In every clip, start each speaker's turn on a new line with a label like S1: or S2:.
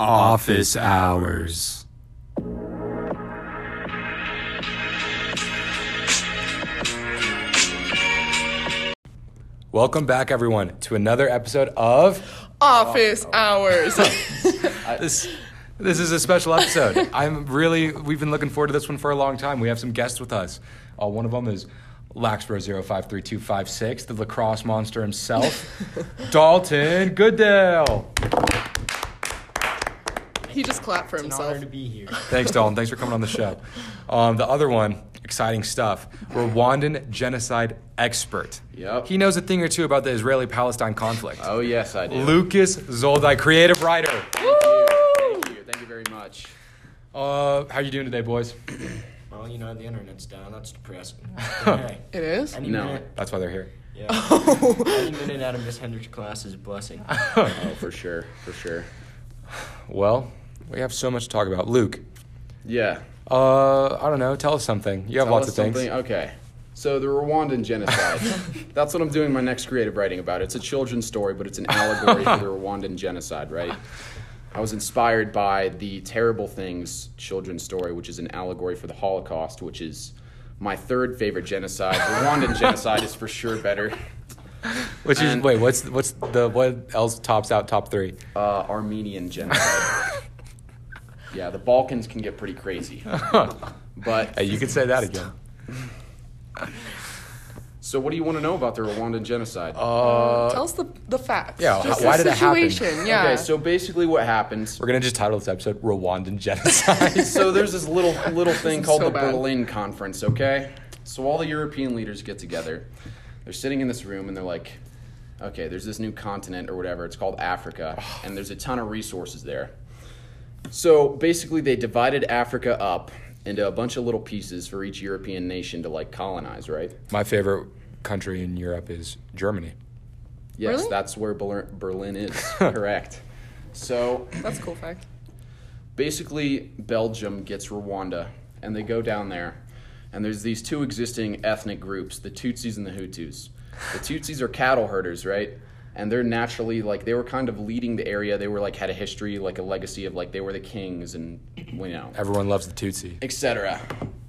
S1: Office hours.
S2: Welcome back, everyone, to another episode of
S3: office hours.
S2: this. This is a special episode. I'm really. We've been looking forward to this one for a long time. We have some guests with us. Uh, one of them is Laxbro 053256, the lacrosse monster himself, Dalton Goodale.
S3: he just clapped for
S4: It's an
S3: himself.
S4: honor to be here.
S2: Thanks, Dalton. Thanks for coming on the show. Um, the other one, exciting stuff Rwandan genocide expert.
S5: Yep.
S2: He knows a thing or two about the Israeli Palestine conflict.
S5: Oh yes, I do.
S2: Lucas Zoldai, creative writer.
S5: Thank you. Thank you. Thank you very much.
S2: Uh, how you doing today, boys?
S4: Well, you know the internet's down. That's depressing. Okay.
S3: It is?
S4: Any
S5: No.
S4: minute,
S2: That's why they're here.
S4: yeah. Any minute out of Miss Hendricks' class is a blessing.
S5: Oh, for sure, for sure.
S2: Well, we have so much to talk about. Luke,
S5: Yeah.
S2: uh, I don't know. Tell us something. You have
S5: Tell
S2: lots
S5: us
S2: of things.
S5: something- Okay. So the Rwandan genocide. That's what I'm doing my next creative writing about. It's a children's story, but it's an allegory for the Rwandan genocide, right? I was inspired by the Terrible Things children's story, which is an allegory for the Holocaust, which is my third favorite genocide. Rwandan genocide is for sure better.
S2: Which is
S5: And-
S2: wait, what's what's the what else tops out top three?
S5: Uh, Armenian genocide. yeah, the Balkans can get pretty crazy. But
S2: Hey, you can say that again.
S5: So what do you want to know about the Rwandan genocide?
S3: Tell us the, the facts.
S2: Uh, yeah,
S3: Just
S2: why
S3: the
S2: did it happen?
S3: situation. Yeah.
S5: Okay, so basically what happens
S2: We're gonna just title this episode "Rwandan Genocide."
S5: so there's this little little thing
S3: is
S5: called
S3: so
S5: the
S3: bad.
S5: Berlin Conference, okay? So all the European leaders get together. They're sitting in this room and they're like, okay, there's this new continent or whatever. It's called Africa, and there's a ton of resources there. So basically, they divided Africa up into a bunch of little pieces for each European nation to like colonize, right?
S2: My favorite country in Europe is Germany.
S5: Yes,
S3: Really?
S5: that's where Berlin, Berlin is. Correct. So
S3: That's a cool fact.
S5: basically Belgium gets Rwanda, and they go down there, and there's these two existing ethnic groups, the Tutsis and the Hutus. The Tutsis are cattle herders, right? And they're naturally like they were kind of leading the area. They were like had a history, like a legacy of like they were the kings and you know
S2: Everyone loves the Tutsi.
S5: etc.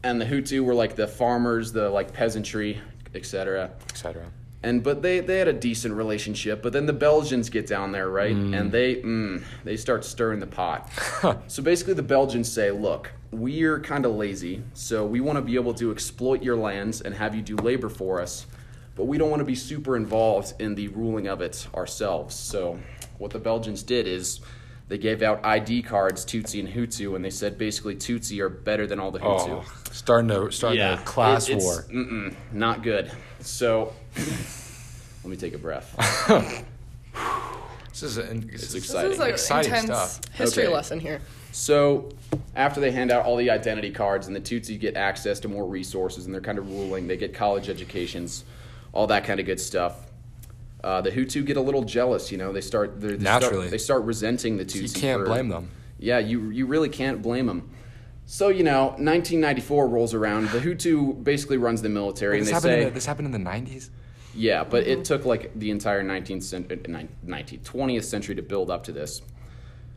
S5: And the Hutu were like the farmers, the like peasantry, etc
S2: etc.
S5: and but they they had a decent relationship. But then the Belgians get down there, right? And they mm, they start stirring the pot. so basically, the Belgians say, "Look, we're kind of lazy, so we want to be able to exploit your lands and have you do labor for us, but we don't want to be super involved in the ruling of it ourselves." So what the Belgians did is. They gave out ID cards, Tutsi and Hutu, and they said basically Tutsi are better than all the Hutu.
S2: Oh, starting to starting a class
S5: It- it's-
S2: war.
S5: Mm-mm, not good. So let me take a breath.
S2: This is an, this is-
S3: This is like
S2: Exciting
S3: intense
S2: stuff.
S3: history
S5: Okay.
S3: lesson here.
S5: So after they hand out all the identity cards and the Tutsi get access to more resources and they're kind of ruling, they get college educations, all that kind of good stuff. Uh, the Hutu get a little jealous, you know. They start they're- they
S2: Naturally.
S5: start, they start resenting the Tutsi.
S2: you can't
S5: for-
S2: blame them.
S5: Yeah, you you really can't blame them. So you know, 1994 rolls around. The Hutu basically runs the military,
S2: This
S5: and they
S2: happened,
S5: say
S2: in the, this happened in the 90s.
S5: Yeah, but it took like the entire uh, 19th century, 19th, 20th century to build up to this.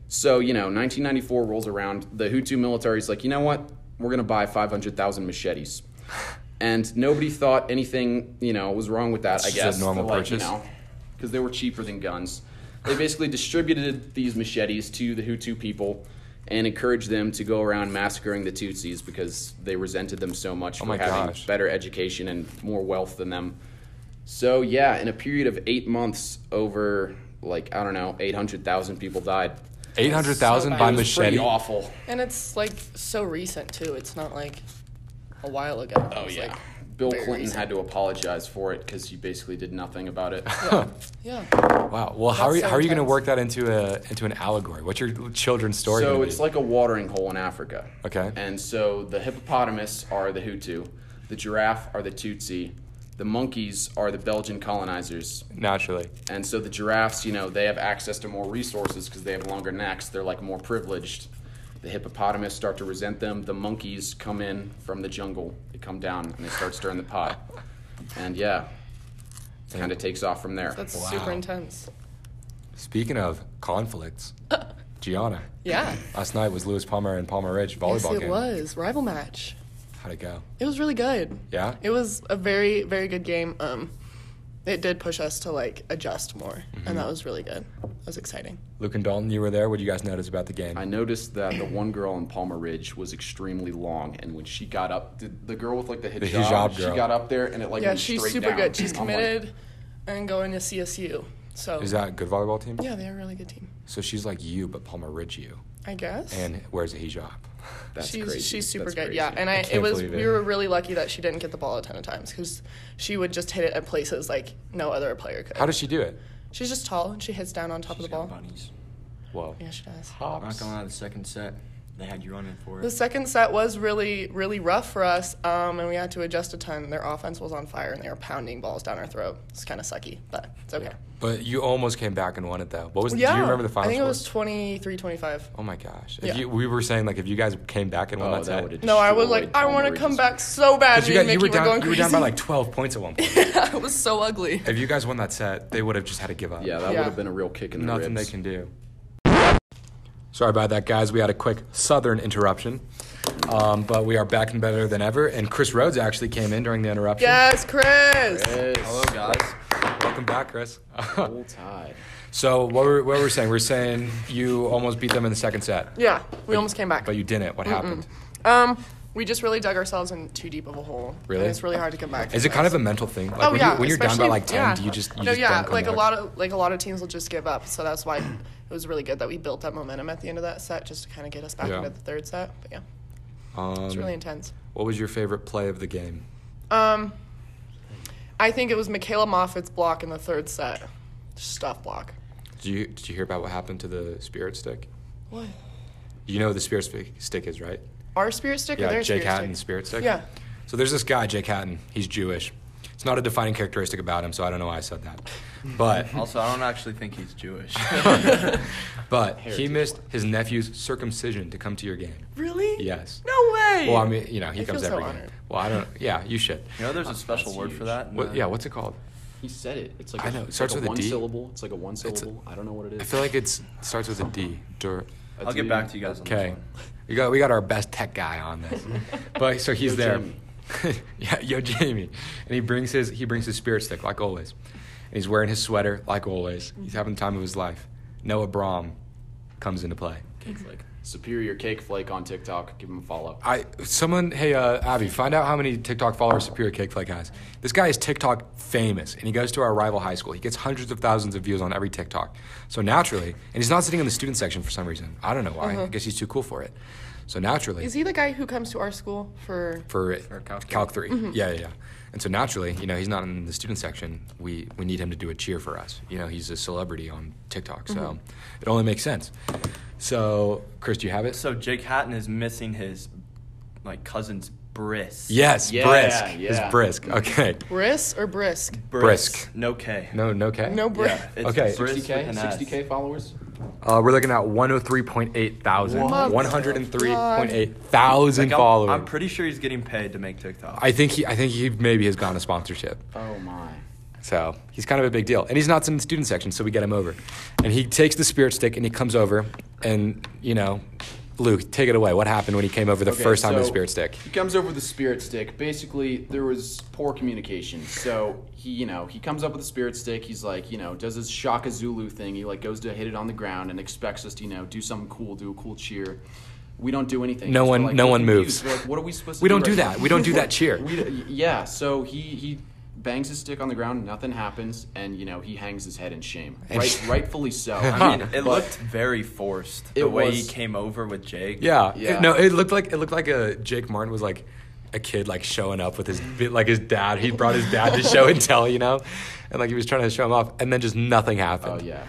S5: So, you know, 1994 rolls around. The Hutu military's like, you know what? We're going to buy 500,000 machetes. And nobody thought anything, you know, was wrong with that, I
S2: just a
S5: guess.
S2: normal
S5: They're like,
S2: purchase.
S5: You know, because they were cheaper than guns. They basically distributed these machetes to the Hutu people and encouraged them to go around massacring the Tutsis because they resented them so much for
S2: Oh my
S5: having
S2: gosh.
S5: better education and more wealth than them. So yeah, in a period of eight months, over like I don't know, eight hundred thousand people died.
S2: 800,000
S3: So
S2: by
S3: bad. It
S5: It's pretty
S2: machete.
S5: awful.
S3: And it's like so recent too. It's not like a while ago.
S5: Oh
S3: It's
S5: yeah,
S3: like-
S5: Bill
S3: very
S5: Clinton
S3: recent.
S5: had to apologize for it because he basically did nothing about it.
S3: yeah.
S2: Wow. Well, how
S3: That's
S2: are you,
S3: so
S2: how are you going to
S3: intense.
S2: work that into a into an allegory? What's your children's story?
S5: so
S2: gonna
S5: it's
S2: be?
S5: like a watering hole in Africa.
S2: Okay.
S5: And so the hippopotamus are the Hutu, the giraffe are the Tutsi, the monkeys are the Belgian colonizers,
S2: naturally.
S5: And so the giraffes, you know, they have access to more resources because they have longer necks. They're like more privileged. The hippopotamus start to resent them. The monkeys come in from the jungle. They come down and they start stirring the pot. And yeah, it kind of takes off from there.
S3: That's super intense.
S2: Speaking of conflicts, Gianna.
S3: Yeah.
S2: Last night was Lewis Palmer and Palmer Ridge volleyball
S3: yes, it
S2: game.
S3: was rival match.
S2: How'd it go?
S3: It was really good.
S2: Yeah?
S3: It was a very very good game. Um, it did push us to like adjust more,
S2: Mm-hmm.
S3: and that was really good. That was exciting.
S2: Luke and Dalton, you were there. What did you guys notice about the game?
S5: I noticed that the one girl in Palmer Ridge was extremely long, and when she got up, the, the girl with like the hijab,
S2: hijab
S5: she
S2: girl.
S5: got up there and it like
S3: yeah,
S5: went
S3: she's
S5: straight
S3: super
S5: down.
S3: good. She's
S5: I'm like,
S3: committed and going to CSU. So
S2: Is that a good volleyball team?
S3: yeah, they're a really good team.
S2: So she's like you, but Palmer Ridge you,
S3: I guess.
S2: and wears a hijab.
S5: That's
S3: she's
S5: crazy.
S3: she's super
S5: That's
S3: good.
S5: crazy.
S3: Yeah, and I, it
S2: can't
S3: was
S2: believe
S3: we
S2: it.
S3: were really lucky that she didn't get the ball a ton of times because she would just hit it at places like no other player could.
S2: How does she do it?
S3: she's just tall and she hits down on top of the ball.
S4: bunnies.
S2: Whoa.
S3: Yeah, she does.
S4: I'm not gonna lie, the second set, they had you running for
S3: The
S4: it.
S3: second set was really really rough for us, um, and we had to adjust a ton. Their offense was on fire and they were pounding balls down our throat. It's kind of sucky, but it's okay.
S2: But you almost came back and won it though. What was?
S3: Yeah,
S2: Do you remember the final
S3: I think
S2: score?
S3: it was 23-25.
S2: oh my gosh! If
S3: Yeah.
S2: you, we were saying like if you guys came back and won
S5: Oh,
S2: that,
S5: that
S2: set-
S5: would've
S3: No, I was
S5: destroyed
S3: like, I want
S5: Palmer
S3: to come
S5: Ridge's-
S3: back so bad.
S2: 'Cause you,
S3: Me and
S2: got- you
S3: Mickey
S2: were down.
S3: going
S2: You were down by
S3: crazy.
S2: like twelve points at one point.
S3: it was so ugly.
S2: if you guys won that set, they would have just had to give up.
S5: Yeah, that
S3: Yeah.
S5: would have been a real kick in the
S2: Nothing
S5: ribs.
S2: they can do. Sorry about that, guys. We had a quick Southern interruption, um, but we are back and better than ever. And Chris Rhodes actually came in during the interruption.
S3: Yes, Chris.
S5: Yes.
S4: Hello, guys.
S2: Welcome back, Chris.
S5: Full tie.
S2: so what were what were we saying? We are saying you almost beat them in the second set,
S3: Yeah, we almost came back.
S2: but you didn't. What happened?
S3: Um, we just really dug ourselves in too deep of a hole.
S2: Really?
S3: And it's really hard to come back.
S2: Is it kind of a mental thing? Like
S3: Oh
S2: when,
S3: yeah.
S2: you, when you're down by
S3: especially-
S2: like ten,
S3: yeah.
S2: do you just you
S3: no?
S2: just
S3: yeah,
S2: don't come
S3: like
S2: back?
S3: a lot of like a lot of teams will just give up. So that's why it was really good that we built that momentum at the end of that set just to kind of get us back
S2: Yeah.
S3: into the third set. But yeah,
S2: Um,
S3: it's really intense.
S2: What was your favorite play of the game?
S3: Um, I think it was Michaela Moffitt's block in the third set, stuff block.
S2: Did you did you hear about what happened to the spirit stick?
S3: What?
S2: You know what the spirit stick- stick is right?
S3: Our spirit stick or
S2: Yeah,
S3: their
S2: Jake
S3: spirit
S2: Hatton's
S3: stick?
S2: spirit stick.
S3: Yeah.
S2: So there's this guy, Jake Hatton. He's Jewish. It's not a defining characteristic about him, so I don't know why I said that. But
S6: Also, I don't actually think he's Jewish.
S2: but he missed his nephew's circumcision to come to your game.
S3: Really?
S2: Yes.
S3: No way.
S2: Well, I mean, you know, he
S3: I
S2: comes
S3: feel so
S2: every game.
S3: honored.
S2: Well, I don't. Yeah, you should.
S6: You know, there's a special
S5: That's
S6: word
S5: huge.
S6: for that. in
S2: What,
S6: the-
S2: yeah. What's it called?
S5: He said it. It's like
S2: I
S5: a-
S2: know. It
S5: it's
S2: starts
S5: like
S2: with a
S5: one
S2: D.
S5: syllable. It's like a one syllable. I I don't know what it is.
S2: I feel like it's it starts with a D. Dirt.
S6: I'll get back to you guys on
S2: Okay.
S6: this one.
S2: We got we got our best tech guy on this. but so he's
S5: Yo,
S2: there.
S5: Jamie.
S2: yeah, yo Jamie. And he brings his he brings his spirit stick like always. And he's wearing his sweater like always. He's having the time of his life. Noah Brom comes into play.
S5: Cake flake. Superior cake flake on TikTok. Give him a follow.
S2: I someone hey uh, Abby, find out how many TikTok followers Superior Cake Flake has. This guy is TikTok famous, and he goes to our rival high school. He gets hundreds of thousands of views on every TikTok. So naturally, and he's not sitting in the student section for some reason. I don't know why. I guess he's too cool for it. So naturally,
S3: Is he the guy who comes to our school for?
S2: for,
S6: Calc three.
S2: Calc 3. Yeah, yeah, yeah. And so naturally, you know, he's not in the student section. We we need him to do a cheer for us. You know, he's a celebrity on TikTok, so it only makes sense. So, Chris, do you have it?
S6: So Jake Hatton is missing his like cousin's bris.
S2: yes,
S5: Yeah,
S2: brisk.
S5: yeah.
S2: It's brisk. Okay.
S3: Brisk or brisk?
S2: Brisk.
S6: No K.
S2: No, no, okay.
S3: No brisk.
S6: Yeah, it's
S2: Okay.
S6: bris with
S5: 60k,
S6: an S.
S5: 60k followers.
S2: Uh, we're looking at 103.8 thousand.
S6: What?
S2: 103.8 thousand
S6: Like, I'm,
S2: followers.
S6: I'm pretty sure he's getting paid to make TikTok.
S2: I think he I think he maybe has gone to sponsorship.
S5: Oh my.
S2: So he's kind of a big deal. And he's not in the student section, so we get him over. And he takes the spirit stick and he comes over and, you know, Luke, take it away. What happened when he came over the
S5: Okay,
S2: first time with
S5: so
S2: the spirit stick?
S5: He comes over with the spirit stick. Basically, there was poor communication. So he, you know, he comes up with the spirit stick. He's like, you know, does his Shaka Zulu thing. He like goes to hit it on the ground and expects us to, you know, do something cool, do a cool cheer. We don't do anything.
S2: No
S5: So we're
S2: one-
S5: like,
S2: no
S5: we're
S2: one moves.
S5: confused. We're like, what are we supposed to?
S2: We don't
S5: do
S2: do
S5: right
S2: that.
S5: now?
S2: We don't do that cheer.
S5: We, d- yeah. So he he bangs his stick on the ground. Nothing happens, and you know he hangs his head in shame. Right, rightfully so.
S6: I mean, it
S5: But-
S6: looked very forced the
S5: It
S6: way he
S5: was-
S6: came over with Jake.
S2: Yeah.
S5: Yeah.
S2: It- no, it looked like it looked like a Jake Martin was like a kid like showing up with his bit like his dad. He brought his dad to show and tell, you know? And like he was trying to show him off and then just nothing
S5: Oh
S2: happened.
S5: yeah,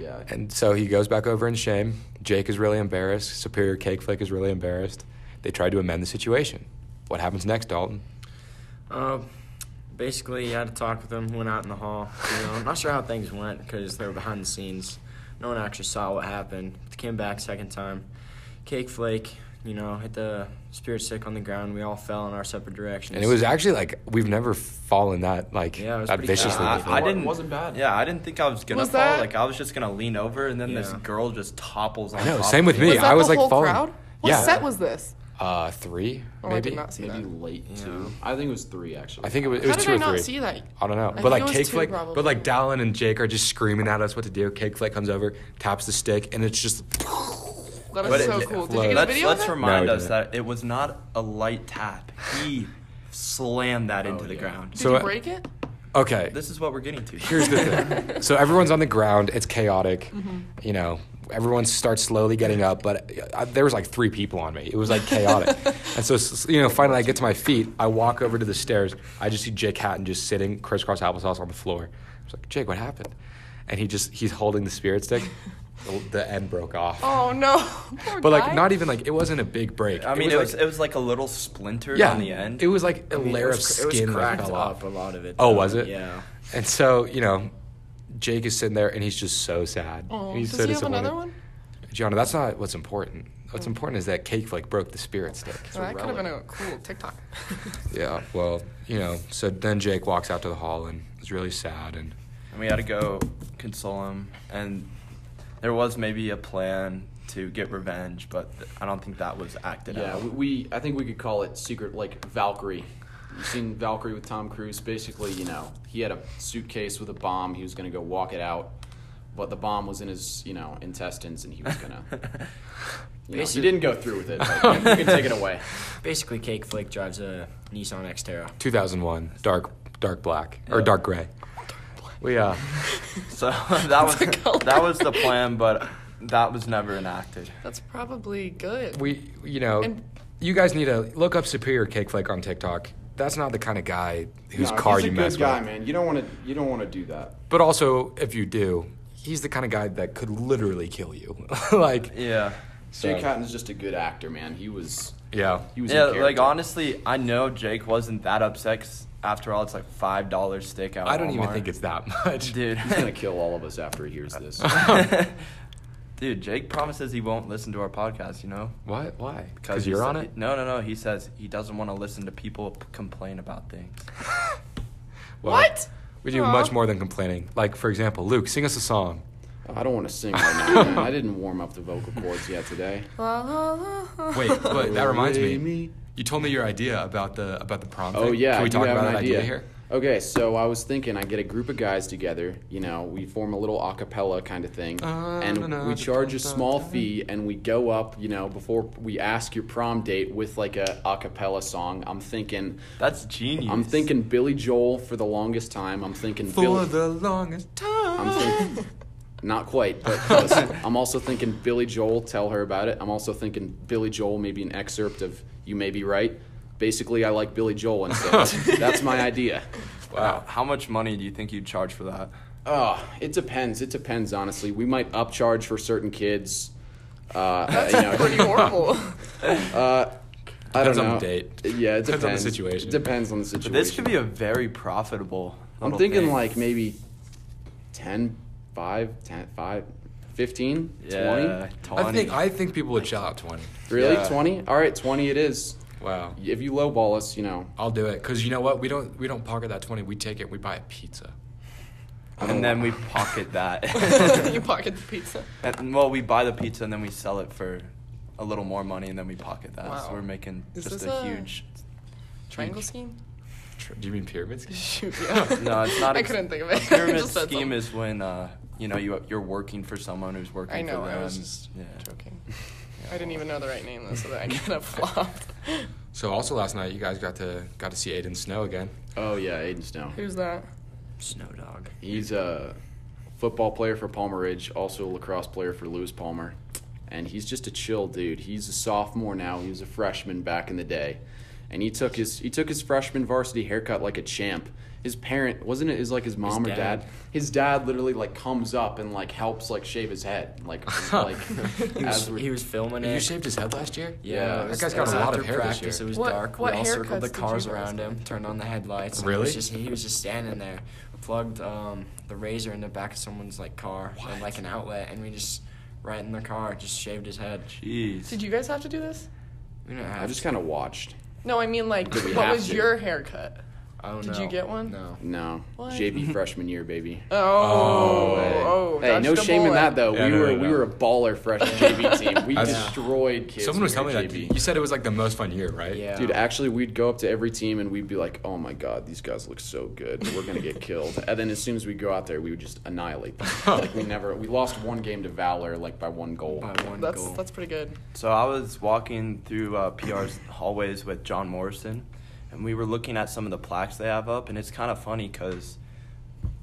S5: yeah.
S2: And so he goes back over in shame. Jake is really embarrassed. Superior Cake Flake is really embarrassed. They try to amend the situation. What happens next, Dalton?
S4: Uh, basically, I had to talk with them. Went out in the hall. You know, I'm not sure how things went because they were behind the scenes. No one actually saw what happened. Came back second time. Cake Flake you know, hit the spirit stick on the ground. We all fell in our separate directions.
S2: And it was actually like we've never fallen that like
S4: Yeah, it was
S2: that
S4: pretty fast.
S2: viciously.
S6: I,
S2: before.
S6: I didn't.
S5: Wasn't bad.
S6: Yeah, I didn't think I was gonna
S3: Was
S6: fall.
S3: that-
S6: Like I was just gonna lean over, and then this
S4: Yeah.
S6: girl just topples on.
S2: I know,
S6: top
S2: same
S6: of
S2: with me.
S3: Was that
S2: I was
S3: the
S2: like
S3: whole
S2: falling.
S3: crowd? What
S2: Yeah.
S3: set was this?
S2: Uh, three
S3: Oh, I
S2: maybe.
S3: did not see
S5: Maybe
S3: that.
S5: late
S4: Yeah.
S5: two. I think it was three actually.
S2: I think it was, it
S3: How
S2: was
S3: did
S2: two
S3: I
S2: or
S3: not
S2: three.
S3: see that?
S2: I don't know,
S3: I
S2: but
S3: think
S2: like
S3: it was
S2: Cake
S3: two,
S2: Flake,
S3: probably.
S2: but like Dallin and Jake are just screaming at us what to do. Cake Flake comes over, taps the stick, and it's just
S3: That
S6: But
S3: was so
S6: it-
S3: cool. Did you get a
S6: Let's,
S3: video
S6: let's
S3: of that?
S6: remind
S2: No, we
S6: us that it was not a light tap. He slammed
S4: Oh,
S6: that into the
S5: yeah.
S6: ground.
S3: Did
S2: So,
S3: you
S2: uh,
S3: break it?
S2: okay.
S6: This is what we're getting to.
S2: Here's the thing. so everyone's on the ground. It's chaotic.
S3: Mm-hmm.
S2: You know, everyone starts slowly getting up, but I, there was like three people on me. It was like chaotic. and so, s- you know, finally I get to my feet. I walk over to the stairs. I just see Jake Hatton just sitting crisscross applesauce on the floor. I was like, Jake, what happened? And he just he's holding the spirit stick. the, the end broke off.
S3: Oh no. Poor
S2: But like
S3: guy.
S2: not e- even like it wasn't a big break.
S6: I mean, it was, it, was
S2: like,
S6: like, a little splinter
S2: yeah,
S6: on the end.
S2: It was like a
S4: I mean,
S2: layer
S4: it
S2: of
S4: was, cr-
S2: skin
S4: It was
S2: that
S4: cracked
S2: fell
S4: up
S2: off.
S4: a lot of it.
S2: Oh,
S4: though.
S2: was it?
S4: Yeah.
S2: And so, you know, Jake is sitting there and he's just so sad.
S3: Oh,
S2: And he's
S3: does
S2: so
S3: he have another
S2: disappointed.
S3: one?
S2: Gianna, that's not what's important. What's important is that Cake Flake broke the spirit stick.
S3: Oh, that could have been a cool TikTok.
S2: yeah, well, you know, so then Jake walks out to the hall and is really sad. And
S6: And we had to go console him, and there was maybe a plan to get revenge, but th- I don't think that was acted
S5: Yeah,
S6: out.
S5: we, we I think we could call it secret like Valkyrie. You've seen Valkyrie with Tom Cruise. Basically, you know, he had a suitcase with a bomb. He was gonna go walk it out, but the bomb was in his you know intestines, and he was gonna. You know, he didn't go through with it. But you can take it away.
S4: Basically, Cake Flake drives a Nissan Xterra.
S2: 2001, dark, dark black, or dark gray. We, uh,
S6: So that was
S3: a color.
S6: that was the plan, but that was never enacted.
S3: That's probably good.
S2: we, you know,
S3: And-
S2: you guys need to look up Superior Cake Flake on TikTok. That's not the kind of guy whose
S5: No,
S2: car
S5: he's a
S2: you
S5: good
S2: mess
S5: guy,
S2: with.
S5: man. You don't want to. You don't want to do that.
S2: But also, if you do, he's the kind of guy that could literally kill you. like,
S6: Yeah.
S5: Jake Hatton's just a good actor, man. He was.
S2: yeah.
S5: He was. in
S6: Yeah, like
S5: character.
S6: honestly, I know Jake wasn't that upset. 'cause after all, it's like five dollars stick out.
S2: I don't even
S6: Walmart.
S2: think it's that much.
S6: dude.
S5: He's gonna kill all of us after he hears this.
S6: dude, Jake promises he won't listen to our podcast. You know,
S2: What? Why?
S6: he
S2: Because you're on
S6: said-
S2: it?
S6: No, no, no. He says he doesn't want to listen to people p- complain about things.
S2: Well,
S3: What?
S2: We do
S3: Aw.
S2: much more than complaining. Like, for example, Luke, sing us a song.
S5: I don't want to sing right now. Man. I didn't warm up the vocal cords yet today.
S3: La, la, la, la.
S2: Wait, but that reminds
S5: Lay
S2: me. You told me your idea about the about the prom.
S5: Oh
S2: thing.
S5: yeah,
S2: Can
S5: I
S2: we
S5: do
S2: talk
S5: have
S2: about
S5: an
S2: that idea here?
S5: Okay, so I was thinking I get a group of guys together, you know, we form a little a cappella kind of thing
S2: Ah, na, na,
S5: and
S2: da,
S5: we charge
S2: dum,
S5: a
S2: dum,
S5: small
S2: dum.
S5: fee and we go up, you know, before we ask your prom date with like a a cappella song. I'm thinking
S6: That's genius.
S5: I'm thinking Billy Joel for the longest time. I'm thinking
S2: For
S5: Billy
S2: the longest time.
S5: I'm thinking not quite, but close. I'm also thinking Billy Joel tell her about it. I'm also thinking Billy Joel maybe an excerpt of You May Be Right. Basically, I like Billy Joel, and so that's my idea.
S6: Wow. How much money do you think you'd charge for that?
S5: Oh, it depends. It depends, honestly. We might upcharge for certain kids. Uh, That's you know, Uh,
S3: Pretty horrible.
S5: I don't
S2: Depends on
S5: know.
S2: the date.
S5: Yeah, it depends,
S2: Depends on the situation.
S5: Depends on the situation.
S6: This could be a very profitable.
S5: I'm
S6: little
S5: thinking
S6: thing.
S5: like maybe 10, 5, 10, 5, 15, 20.
S6: yeah, 20.
S2: I think I think people would shell out twenty.
S5: Really?
S6: Yeah.
S5: 20? All right, 20 it is.
S2: Wow.
S5: If you lowball us, you know,
S2: I'll do it. Cause you know what? We don't we don't pocket that twenty. We take it. We buy a pizza.
S6: and then we pocket that.
S3: you pocket the pizza.
S6: and, well, we buy the pizza and then we sell it for a little more money and then we pocket that.
S3: Wow.
S6: So we're making
S3: Is
S6: just
S3: this
S6: a,
S3: a-
S6: huge.
S3: Triangle scheme?
S2: Tr- Do you mean pyramids?
S3: Shoot, yeah.
S6: No, it's not.
S3: I
S6: I
S3: couldn't think of it.
S6: A pyramid
S3: Just said
S6: scheme
S3: something.
S6: is when uh, you know you you're working for someone who's working
S3: I know,
S6: for them.
S3: I was just
S6: yeah.
S3: joking. I didn't even know the right name, though, so that I kind of flopped.
S2: So also last night you guys got to got to see Aiden Snow again.
S5: Oh yeah, Aiden Snow.
S3: Who's that?
S4: Snow Dog.
S5: He's a football player for Palmer Ridge, also a lacrosse player for Lewis Palmer, and he's just a chill dude. He's a sophomore now. He was a freshman back in the day, and he took his he took his freshman varsity haircut like a champ. His parent wasn't it? Is like his mom
S4: His
S5: or
S4: dad.
S5: dad. His dad literally like comes up and like helps like shave his head, like like as we're
S4: He was filming it.
S2: You shaved his head last year.
S5: Yeah,
S4: it
S5: that
S4: was-
S2: guy's
S4: it
S2: got
S4: was
S2: a lot
S4: after
S2: of hair this
S4: practice.
S2: year.
S4: It was
S3: What-
S4: dark.
S3: what
S4: we all
S3: haircuts
S4: circled the
S3: did you
S4: cars
S3: guys
S4: around him, turned on the headlights. and it was
S2: Really?
S4: just- he was just standing there. Plugged um, the razor in the back of someone's like car and like an outlet, and we just right in the car just shaved his head.
S6: Jeez.
S3: Did you guys have to do this?
S4: We didn't
S5: I
S4: have.
S5: just kind of watched.
S3: No, I mean like,
S5: we
S3: what
S5: have
S3: was
S5: to?
S3: your haircut?
S4: oh,
S3: Did
S4: no.
S3: you get one?
S4: No.
S5: No,
S3: What?
S5: JV freshman year, baby.
S3: Oh, oh,
S5: hey, no
S3: dodged a
S5: shame in
S3: bullet.
S5: that though.
S2: Yeah,
S5: we
S2: no,
S5: were
S2: no, no.
S5: we were a baller freshman JV team. We
S2: I-
S5: destroyed kids.
S2: Someone was
S5: when we
S2: telling
S5: were
S2: me that. You said it was like the most fun year, right?
S4: Yeah.
S5: Dude, actually, we'd go up to every team and we'd be like, "Oh my god, these guys look so good. We're gonna get killed." And then as soon as we go out there, we would just annihilate them. like we never, we lost one game to Valor like by one goal.
S4: By one
S3: That's
S4: goal.
S3: that's pretty good.
S6: So I was walking through uh, PR's hallways with John Morrison, and we were looking at some of the plaques they have up, and it's kind of funny because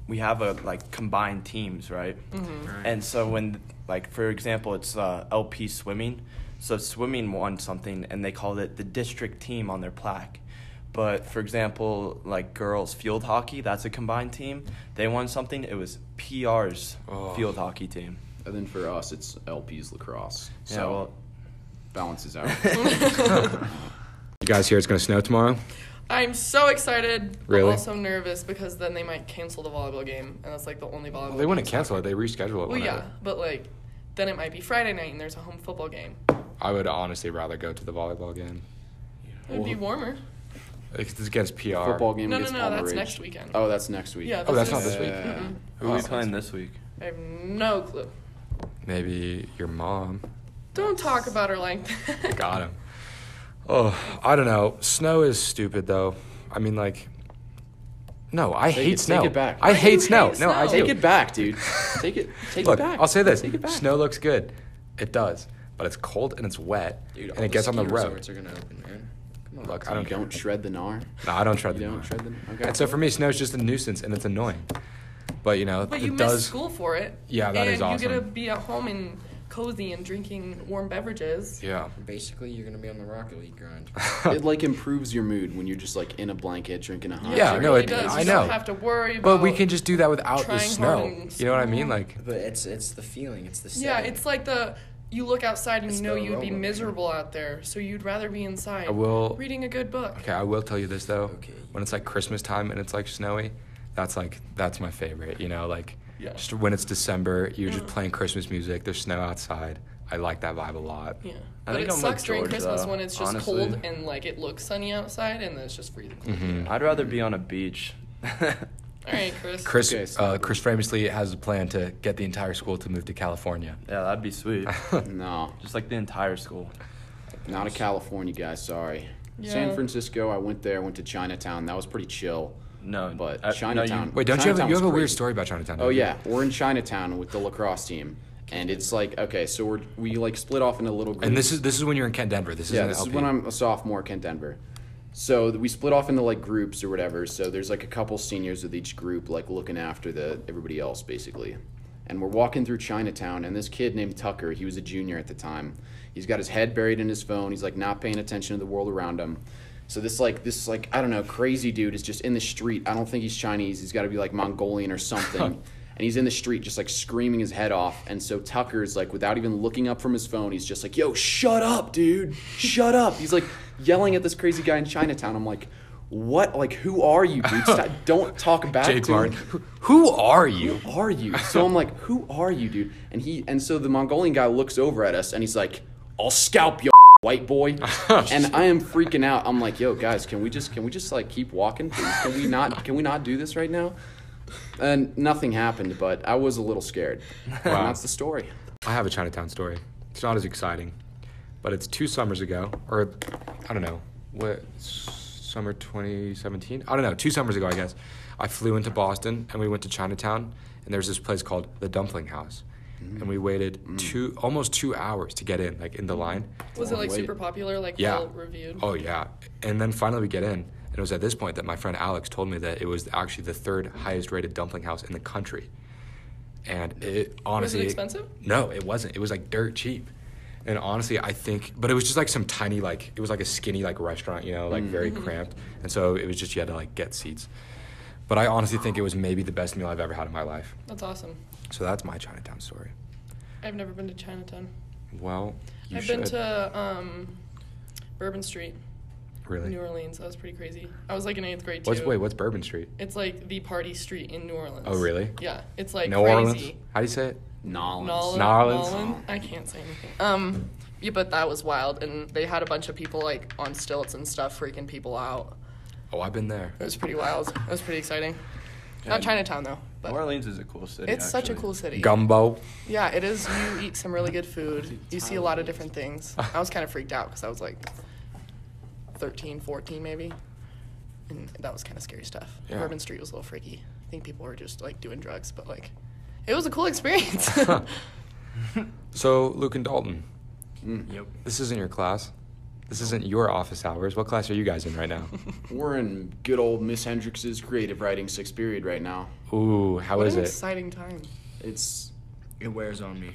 S6: we have a like combined teams, right? And so when like for example, it's uh, LP swimming, so swimming won something, and they called it the district team on their plaque. But for example, like girls field hockey, that's a combined team. They won something. It was PR's
S2: Oh.
S6: field hockey team.
S5: And then for us, it's LP's lacrosse. So
S6: Yeah, well,
S5: balances out.
S2: You guys hear it's gonna snow tomorrow?
S3: I'm so excited.
S2: Really?
S3: But also nervous because then they might cancel the volleyball game, and that's like the only volleyball.
S2: Well, they wouldn't
S3: game.
S2: cancel it. They reschedule it.
S3: Well, yeah,
S2: whenever.
S3: but like, then it might be Friday night, and there's a home football game.
S2: I would honestly rather go to the volleyball game.
S3: It'd be warmer.
S2: It's against PR.
S5: Football game
S3: No, no,
S5: against
S3: no. That's
S5: Palmer Ridge.
S3: next weekend.
S5: Oh, that's next week.
S3: Yeah.
S2: Oh, that's not
S3: is-
S2: this week.
S5: Yeah.
S6: who are we playing this week?
S3: I have no clue.
S2: Maybe your mom
S3: Don't talk about her like that.
S2: got him. Oh, I don't know. Snow is stupid though. I mean, like, no, I
S5: Take
S2: hate
S5: it- take
S2: snow.
S5: it back.
S2: I
S5: Why
S2: hate
S3: do you
S2: snow.
S3: hate
S2: No, Oh, I
S3: snow?
S5: Take
S2: do.
S5: it back, dude. Take it. Take
S2: Look,
S5: it back.
S2: I'll say this:
S5: Take it back.
S2: snow looks good. It does, but it's cold and it's wet, and it gets on the road.
S4: Are gonna open, man.
S2: Look, I
S5: You
S2: don't. care.
S5: don't shred the gnar.
S2: No, I don't tread
S5: You
S2: the
S5: don't
S2: line.
S5: shred the. Okay.
S2: And so for me, snow's just a nuisance and it's annoying. But you know,
S3: But
S2: it
S3: you miss
S2: does.
S3: school for it.
S2: Yeah, that
S3: and
S2: is
S3: you get to
S2: awesome.
S3: be at home and cozy and drinking warm beverages.
S2: Yeah.
S4: Basically, you're gonna be on the Rocket League grind.
S5: it like improves your mood when you're just like in a blanket drinking a hot.
S2: Yeah,
S3: it
S5: drink.
S2: no,
S3: really
S2: it-
S3: does.
S2: I
S3: you
S2: know.
S3: Don't have to worry about.
S2: But we can just do that without the
S3: trying
S2: snow.
S3: hard in
S2: You know what I mean?
S3: school.
S2: Like,
S4: But it's it's the feeling. It's the
S3: Yeah,
S4: setting.
S3: it's like the you look outside and
S4: It's
S3: you know
S4: the
S3: you'd be
S4: aroma.
S3: miserable out there, so you'd rather be inside.
S2: I will-
S3: reading a good book.
S2: okay, I will tell you this though.
S4: Okay.
S2: When it's like Christmas time and it's like snowy, that's like that's my favorite. You know, like
S6: Yeah.
S2: just when it's December, you're
S3: Mm.
S2: just playing Christmas music. There's snow outside. I like that vibe a lot.
S3: Yeah.
S6: I
S3: but
S6: think
S3: it
S6: I'm like
S3: sucks during
S6: George,
S3: Christmas
S6: though,
S3: when it's just
S6: honestly.
S3: cold and like it looks sunny outside and then it's just freezing cold.
S2: Mm-hmm.
S6: I'd rather be on a beach.
S3: All right, Chris.
S2: Chris,
S5: Okay, so-
S2: uh, Chris famously has a plan to get the entire school to move to California.
S6: Yeah, that'd be sweet.
S5: No,
S6: Just like the entire school.
S5: not a California guy. Sorry.
S3: Yeah.
S5: San Francisco. I went there. Went to Chinatown. That was pretty chill.
S6: No,
S5: But
S6: uh, no,
S5: Chinatown.
S2: Wait, don't you have
S5: Chinatown
S2: a, you
S5: was
S2: have a weird
S5: crazy.
S2: story about Chinatown?
S5: Oh
S2: don't you?
S5: yeah, we're in Chinatown with the lacrosse team, and it's like okay, so we're we like split off into little groups.
S2: And this is this is when you're in Kent, Denver. This is
S5: yeah, this is when I'm a sophomore, Kent Denver. So th- we split off into like groups or whatever. So there's like a couple seniors with each group, like looking after the everybody else basically. And we're walking through Chinatown, and this kid named Tucker, he was a junior at the time. He's got his head buried in his phone. He's like not paying attention to the world around him. So this like this like I don't know crazy dude is just in the street. I don't think he's Chinese. He's got to be like Mongolian or something. and he's in the street just like screaming his head off. And so Tucker's like, without even looking up from his phone, he's just like, yo, shut up, dude. Shut up. He's like yelling at this crazy guy in Chinatown. I'm like, what? Like, who are you, dude? Stop. Don't talk back
S2: Jake
S5: to
S2: Martin.
S5: him
S2: Who, who are you?
S5: who are you? So I'm like, who are you, dude? And he and so the Mongolian guy looks over at us and he's like, I'll scalp you, white boy. and I am freaking out. I'm like, yo, guys, can we just can we just like keep walking, please? Can we not can we not do this right now? And nothing happened, but I was a little scared. And that's the story.
S2: I have a Chinatown story. It's not as exciting, but it's two summers ago, or I don't know, what summer 2017? I don't know, two summers ago, I guess. I flew into Boston and we went to Chinatown, and there's this place called the Dumpling House, and we waited
S5: Mm.
S2: two almost two hours to get in, like in the line.
S3: Was it like
S5: Wait.
S3: super popular? Like
S2: Yeah.
S3: well reviewed?
S2: Oh yeah, and then finally we get in, and it was at this point that my friend Alex told me that it was actually the third highest rated dumpling house in the country, and it
S3: Was
S2: honestly
S3: it expensive?
S2: No, it wasn't. It was like dirt cheap, and honestly, I think, but it was just like some tiny like it was like a skinny like restaurant, you know, like very
S3: Mm-hmm.
S2: cramped, and so it was just you had to like get seats. But I honestly think it was maybe the best meal I've ever had in my life.
S3: That's awesome.
S2: So that's my Chinatown story.
S3: I've never been to Chinatown.
S2: Well, you
S3: I've
S2: should
S3: been to um, Bourbon Street,
S2: really.
S3: New Orleans. That was pretty crazy. I was like in eighth grade too.
S2: What's wait? What's Bourbon Street?
S3: It's like the party street in New Orleans.
S2: Oh, really?
S3: Yeah, it's like
S2: New
S3: crazy.
S2: Orleans. How do you say it?
S5: Nolans.
S3: Nolan,
S2: Nolens.
S3: Nolan? I can't say anything. Um, Yeah, but that was wild, and they had a bunch of people like on stilts and stuff, freaking people out.
S2: Oh, I've been there.
S3: It was pretty wild. It was pretty exciting. Not Chinatown though, but
S6: New Orleans is a cool city.
S3: it's such a
S6: actually.
S3: cool city.
S2: Gumbo.
S3: Yeah, it is. You eat some really good food. You see a lot of different things. I was kind of freaked out because I was like 13, 14 maybe, and that was kind of scary stuff.
S2: Yeah.
S3: Bourbon Street was a little freaky. I think people were just like doing drugs, but like, it was a cool experience.
S2: So, Luke and Dalton,
S4: Yep.
S2: this isn't your class. This isn't your office hours. What class are you guys in right now?
S5: We're in good old Miss Hendrix's creative writing sixth period right now.
S2: Ooh, how
S3: what
S2: is
S3: an
S2: it?
S3: exciting time.
S5: It's
S4: It wears on me.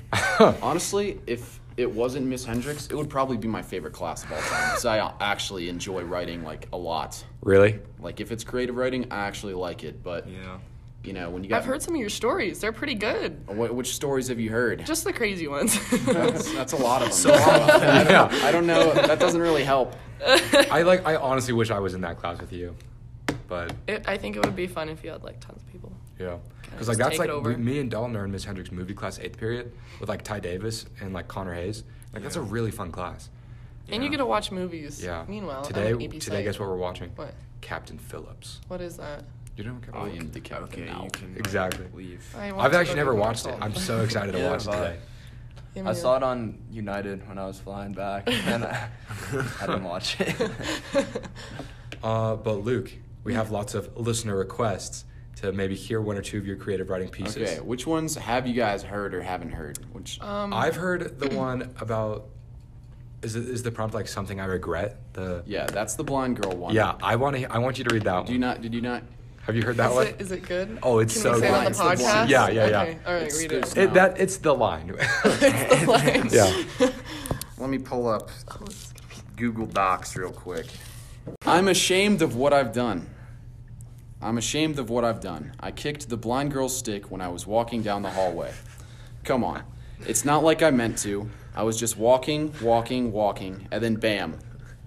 S5: honestly, if it wasn't Miss Hendrix, it would probably be my favorite class of all time because I actually enjoy writing like a lot.
S2: really?
S5: Like if it's creative writing, I actually like it. But
S4: Yeah.
S5: you know, when you got
S3: I've heard some of your stories. They're pretty good.
S5: Wh- which stories have you heard?
S3: Just the crazy ones.
S5: That's, that's a lot of them. So I, don't, I don't know. That doesn't really help.
S2: I like. I honestly wish I was in that class with you, but
S3: It, I think it would be fun if you had like tons of people.
S2: yeah, because
S3: just
S2: like that's
S3: take
S2: like
S3: it over.
S2: we, me and Dalton are in Miss Hendricks' movie class eighth period with like Ty Davis and like Connor Hayes. Like that's a really fun class.
S3: And you get to watch movies.
S2: Yeah.
S3: Meanwhile,
S2: today,
S3: I'm an EP
S2: today,
S3: site.
S2: guess what we're watching?
S3: What?
S2: Captain Phillips.
S3: What is that?
S2: You don't care.
S3: Oh,
S5: I am the captain
S4: Okay,
S5: now.
S4: you can
S2: Exactly.
S4: leave.
S3: I want
S2: I've
S3: to
S2: actually
S3: go
S2: never
S3: get
S2: watched it.
S3: myself.
S2: I'm so excited to
S6: Yeah,
S2: watch it
S6: but-
S2: today.
S3: Give me
S6: I
S3: a-
S6: saw it on United when I was flying back, and I, I didn't watch it.
S2: Uh, but Luke, we
S3: Hmm.
S2: have lots of listener requests to maybe hear one or two of your creative writing pieces.
S5: Okay, which ones have you guys heard or haven't heard? Which
S3: Um,
S2: I've heard the one about is it, is the prompt like something I regret? The
S5: yeah, that's the blind girl one.
S2: yeah, I want to I want you to read that
S5: Do
S2: one.
S5: you not? Did you not?
S2: have you heard that
S3: is,
S2: one?
S3: it, is it good?
S2: Oh, it's
S3: Can
S2: so
S3: we say it on
S2: good.
S3: the
S5: It's the one.
S3: podcast?
S2: Yeah, yeah, yeah.
S3: Okay. All right,
S5: It's
S3: read
S5: good.
S3: it.
S2: It- that it's the line.
S3: It's the line.
S2: Yeah.
S5: Let me pull up
S3: Oh, it's gonna be-
S5: Google Docs real quick. I'm ashamed of what I've done. I'm ashamed of what I've done. I kicked the blind girl's stick when I was walking down the hallway. Come on. It's not like I meant to. I was just walking, walking, walking, and then bam.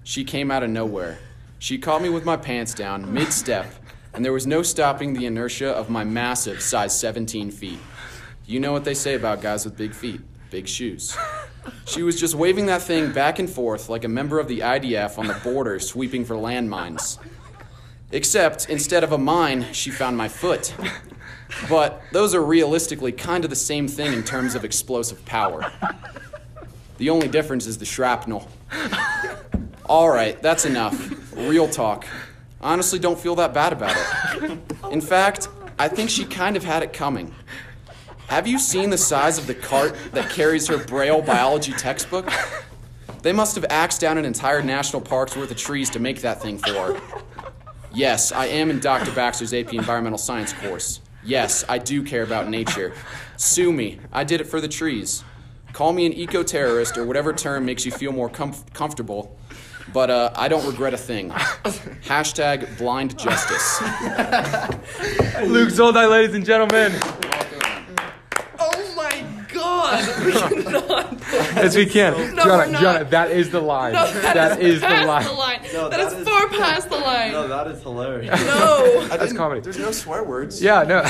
S5: She came out of nowhere. She caught me with my pants down, mid step, and there was no stopping the inertia of my massive size 17 feet. You know what they say about guys with big feet big shoes. She was just waving that thing back and forth like a member of the IDF on the border sweeping for landmines. Except, instead of a mine, she found my foot. But those are realistically kind of the same thing in terms of explosive power. The only difference is the shrapnel. Alright, that's enough. Real talk. Honestly, don't feel that bad about it. In fact, I think she kind of had it coming. Have you seen the size of the cart that carries her Braille biology textbook? They must have axed down an entire national park's worth of trees to make that thing for her. Yes, I am in Dr. Baxter's AP Environmental Science course. Yes, I do care about nature. Sue me. I did it for the trees. Call me an eco terrorist or whatever term makes you feel more comf- comfortable, but uh, I don't regret a thing. Hashtag blind justice.
S2: Luke Zoldai, ladies and gentlemen.
S3: Oh my god! We cannot.
S2: Yes, we can.
S3: No,
S2: Gianna,
S3: we're not.
S2: Gianna, that is the line.
S3: No,
S2: that is, the
S3: past
S2: line.
S3: the line.
S6: No,
S3: that
S6: that
S3: is,
S6: is-
S3: far past the line.
S6: no,
S3: No.
S6: Oh, that is hilarious.
S2: That's comedy.
S5: There's no swear words.
S2: Yeah, no.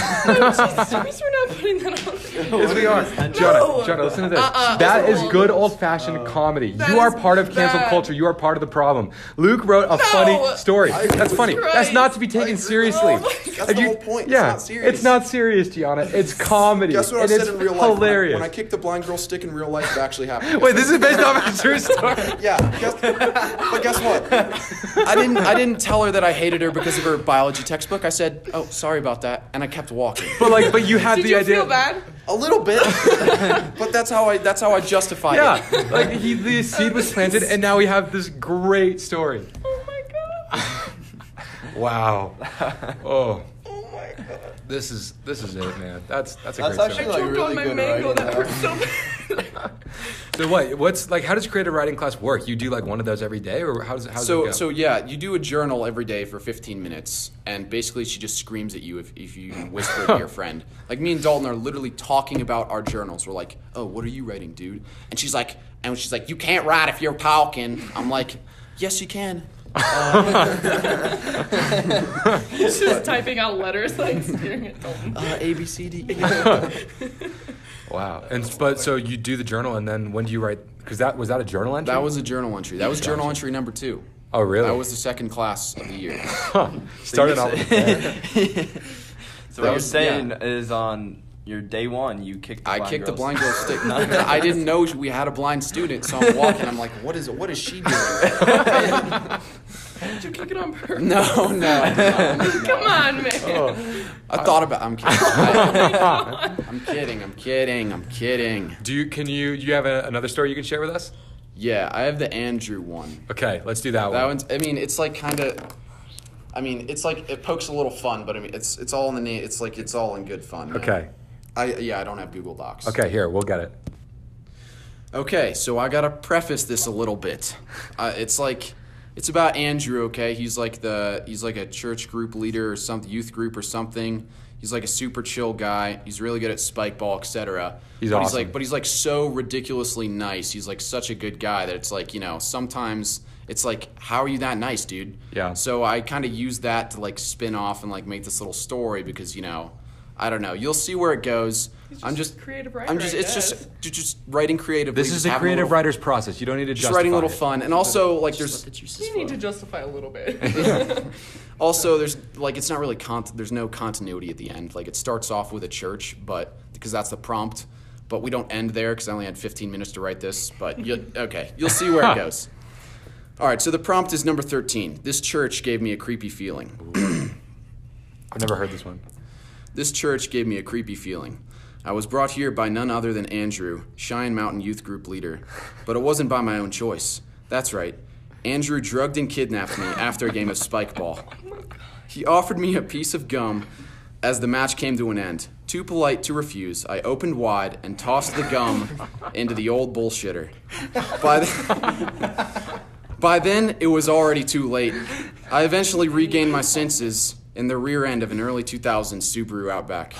S3: Seriously, we're not putting that on.
S2: yes, we are. Gianna, Gianna, listen to this.
S3: Uh-uh,
S2: that
S3: that's
S2: is
S3: old.
S2: good old fashioned comedy. You are
S3: uh, is
S2: part of cancel
S3: bad.
S2: culture. You are part of the problem. Luke wrote a funny story. That's funny. That's
S3: Christ.
S2: not to be taken seriously.
S3: Oh my God.
S2: If you- Yeah, It's not serious, Gianna. It's comedy.
S5: Guess what I
S2: and
S5: said
S2: it's
S5: in real life? When I-
S2: hilarious.
S5: When I, kicked the blind girl stick in real life, it actually happened.
S2: Wait, this is based off a true story.
S5: Yeah. Guess, but guess what? I didn't. I didn't tell her that I hated her because of her biology textbook. I said, "Oh, sorry about that," and I kept walking.
S2: But like, but you had
S3: Did
S2: the
S3: you
S2: idea.
S3: feel bad?
S5: A little bit, but that's how I. That's how I justified it.
S2: Yeah, like he, the seed was planted, and now we have this great story.
S3: Oh my god!
S2: Wow. Oh,
S3: Oh my god!
S2: this is this is it, man. That's that's a
S6: That's
S2: great
S6: actually
S2: story.
S6: like
S3: Choked on
S6: really
S3: my
S6: good
S3: mango.
S6: writing.
S3: That
S6: though.
S3: hurts so bad.
S2: So what? What's like? How does creative writing class work? You do like one of those every day, or how does how does it
S5: So
S2: go?
S5: so yeah, you do a journal every day for 15 minutes, and basically she just screams at you if, if you whisper it to your friend. Like me and Dalton are literally talking about our journals. We're like, oh, what are you writing, dude? And she's like, and she's like, you can't write if you're talking. I'm like, yes, you can.
S3: He's just typing out letters like staring at Dalton.
S5: Uh, A B C D E.
S2: Wow. And but so you do the journal, and then when do you write? Because that was that a journal entry?
S5: That was a journal entry. That was journal entry number two.
S2: Oh really?
S5: That was the second class of the year.
S2: Huh. started off. With that.
S6: so what you're
S5: was-
S6: saying
S5: yeah.
S6: is on your day one, you kicked. The
S5: I
S6: blind
S5: kicked the
S6: girls.
S5: blind girl stick. I didn't know we had a blind student, so I'm walking. I'm like, what is what is she doing?
S3: Did you kick it on purpose?
S5: No, no.
S3: Come on, man.
S5: Oh, I thought about. I'm kidding. I- I'm kidding. I'm kidding. I'm kidding.
S2: Do you can you do you have a, another story you can share with us?
S5: Yeah, I have the Andrew one.
S2: Okay, let's do that,
S5: That
S2: one.
S5: one's. I mean, it's like kind of. I mean, it's like it pokes a little fun, but I mean, it's it's all in the name. It's like it's all in good fun. man.
S2: Okay.
S5: I yeah, I don't have Google Docs.
S2: Okay, here we'll get it.
S5: Okay, so I gotta preface this a little bit. Uh, it's like it's about Andrew. Okay, he's like the he's like a church group leader or something, youth group or something. He's like a super chill guy. He's really good at spike ball, etc.
S2: He's
S5: but He's
S2: awesome.
S5: like, but he's like so ridiculously nice. He's like such a good guy that it's like you know sometimes it's like how are you that nice, dude?
S2: Yeah.
S5: So I kind of use that to like spin off and like make this little story because you know I don't know. You'll see where it goes. I'm just
S3: creative
S5: I'm
S3: writer,
S5: just
S3: I
S5: it's
S3: guess.
S5: just just just writing creatively.
S2: This
S5: just
S2: is a
S5: having
S2: creative
S5: little-
S2: writer's process. You don't need to
S5: just writing a little
S2: justify
S5: fun, and also like there's
S3: You need to justify a little bit.
S5: also there's like it's not really con- there's no continuity at the end. Like it starts off with a church, but because that's the prompt, but we don't end there because I only had 15 minutes to write this. But you, okay, you'll see where it goes. All right, so the prompt is number 13. This church gave me a creepy feeling.
S2: it. I've never heard this one.
S5: This church gave me a creepy feeling. I was brought here by none other than Andrew, Cheyenne Mountain Youth Group leader. But it wasn't by my own choice. That's right. Andrew drugged and kidnapped me after a game of spike ball. He offered me a piece of gum as the match came to an end. Too polite to refuse, I opened wide and tossed the gum into the old bullshitter. By the, by then, it was already too late. I eventually regained my senses in the rear end of an early 2000s Subaru Outback.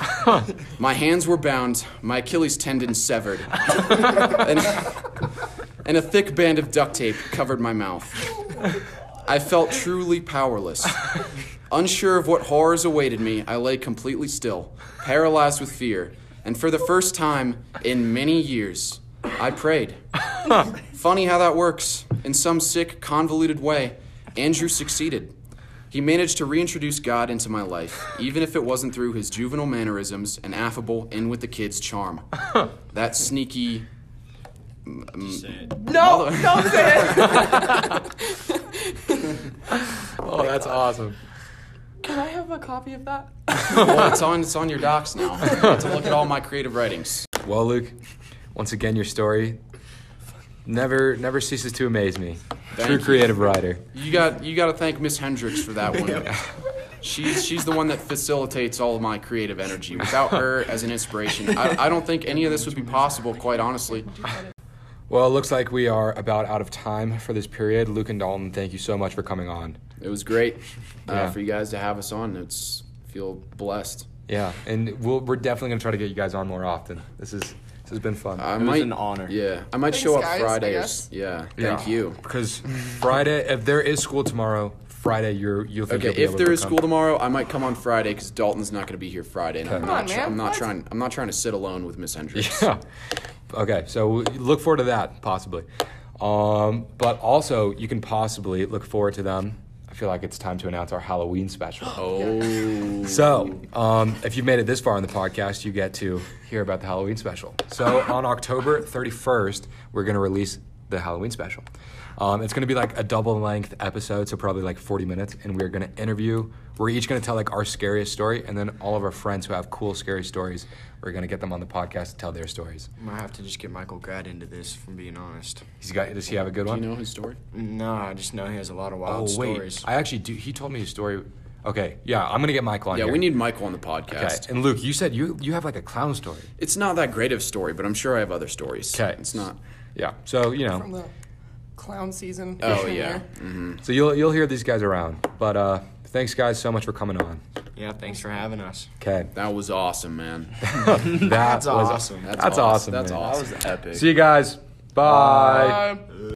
S5: my hands were bound, my Achilles tendon severed, and, and a thick band of duct tape covered my mouth. I felt truly powerless. Unsure of what horrors awaited me, I lay completely still, paralyzed with fear, and for the first time in many years, I prayed. Funny how that works. In some sick, convoluted way, Andrew succeeded. He managed to reintroduce God into my life, even if it wasn't through his juvenile mannerisms and affable in with the kids charm. That sneaky.
S3: no, don't say it.
S2: Oh, that's awesome.
S3: Can I have a copy of that?
S5: Well, it's on. It's on your docs now. You have to look at all my creative writings.
S2: Well, Luke, once again, your story never never ceases to amaze me. True
S5: you.
S2: creative writer.
S5: You got. You got to thank Miss Hendricks for that one. She's she's the one that facilitates all of my creative energy. Without her as an inspiration, I, I don't think any of this would be possible. Quite honestly.
S2: Well, it looks like we are about out of time for this period. Luke and Dalton, thank you so much for coming on.
S5: It was great uh,
S2: Yeah.
S5: for you guys to have us on. It's feel blessed.
S2: Yeah, and we'll, we're definitely gonna try to get you guys on more often. This is this has been fun.
S5: I
S6: It
S5: might,
S6: was an honor.
S5: Yeah, I might
S3: Thanks,
S5: show up
S3: guys, I
S5: Friday. or
S3: guess.
S5: s- yeah,
S2: Yeah.
S5: thank you.
S2: Because Friday, if there is school tomorrow, Friday you're you'll think
S5: Okay,
S2: you'll be
S5: if
S2: able
S5: there
S2: to
S5: is
S2: come.
S5: school tomorrow, I might come on Friday because Dalton's not going to be here Friday, and I'm
S2: Okay.
S5: not.
S3: on,
S5: tr-
S3: man,
S5: I'm not
S3: what?
S5: trying. I'm not trying to sit alone with Miss Hendricks.
S2: Yeah. Okay, so we look forward to that possibly, um, but also you can possibly look forward to them. I feel like it's time to announce our Halloween special.
S5: Oh,
S2: So, um, if you've made it this far in the podcast, you get to hear about the Halloween special. So, on October 31st, we're going to release the Halloween special. Um, it's going to be like a double length episode, so probably like 40 minutes, and we're going to interview. We're each going to tell like our scariest story, and then all of our friends who have cool, scary stories, we're going to get them on the podcast to tell their stories.
S4: I might have to just get Michael Grad into this, if I'm being honest.
S2: He's got, does he have a good
S5: do you
S2: one?
S5: know his story?
S4: No, I just know he has a lot of wild
S2: oh, wait.
S4: stories.
S2: I actually do. He told me his story. Okay, yeah, I'm going to get Michael on
S5: Yeah,
S2: here.
S5: we need Michael on the
S2: Okay,
S5: podcast.
S2: and Luke, you said you, you have like a clown story.
S5: It's not that great of a story, but I'm sure I have other stories.
S2: Okay.
S5: it's not.
S2: Yeah, so, you know.
S3: From the clown season.
S5: Oh
S3: in
S5: yeah,
S3: there.
S2: So you'll you'll hear these guys around. But uh, thanks guys so much for coming on.
S4: yeah, thanks for having us.
S2: Okay,
S5: that was awesome, man.
S2: that
S4: That's awesome.
S2: That's awesome.
S5: That's
S2: man.
S5: awesome.
S6: That was epic.
S2: See you guys. Bye.
S3: Um,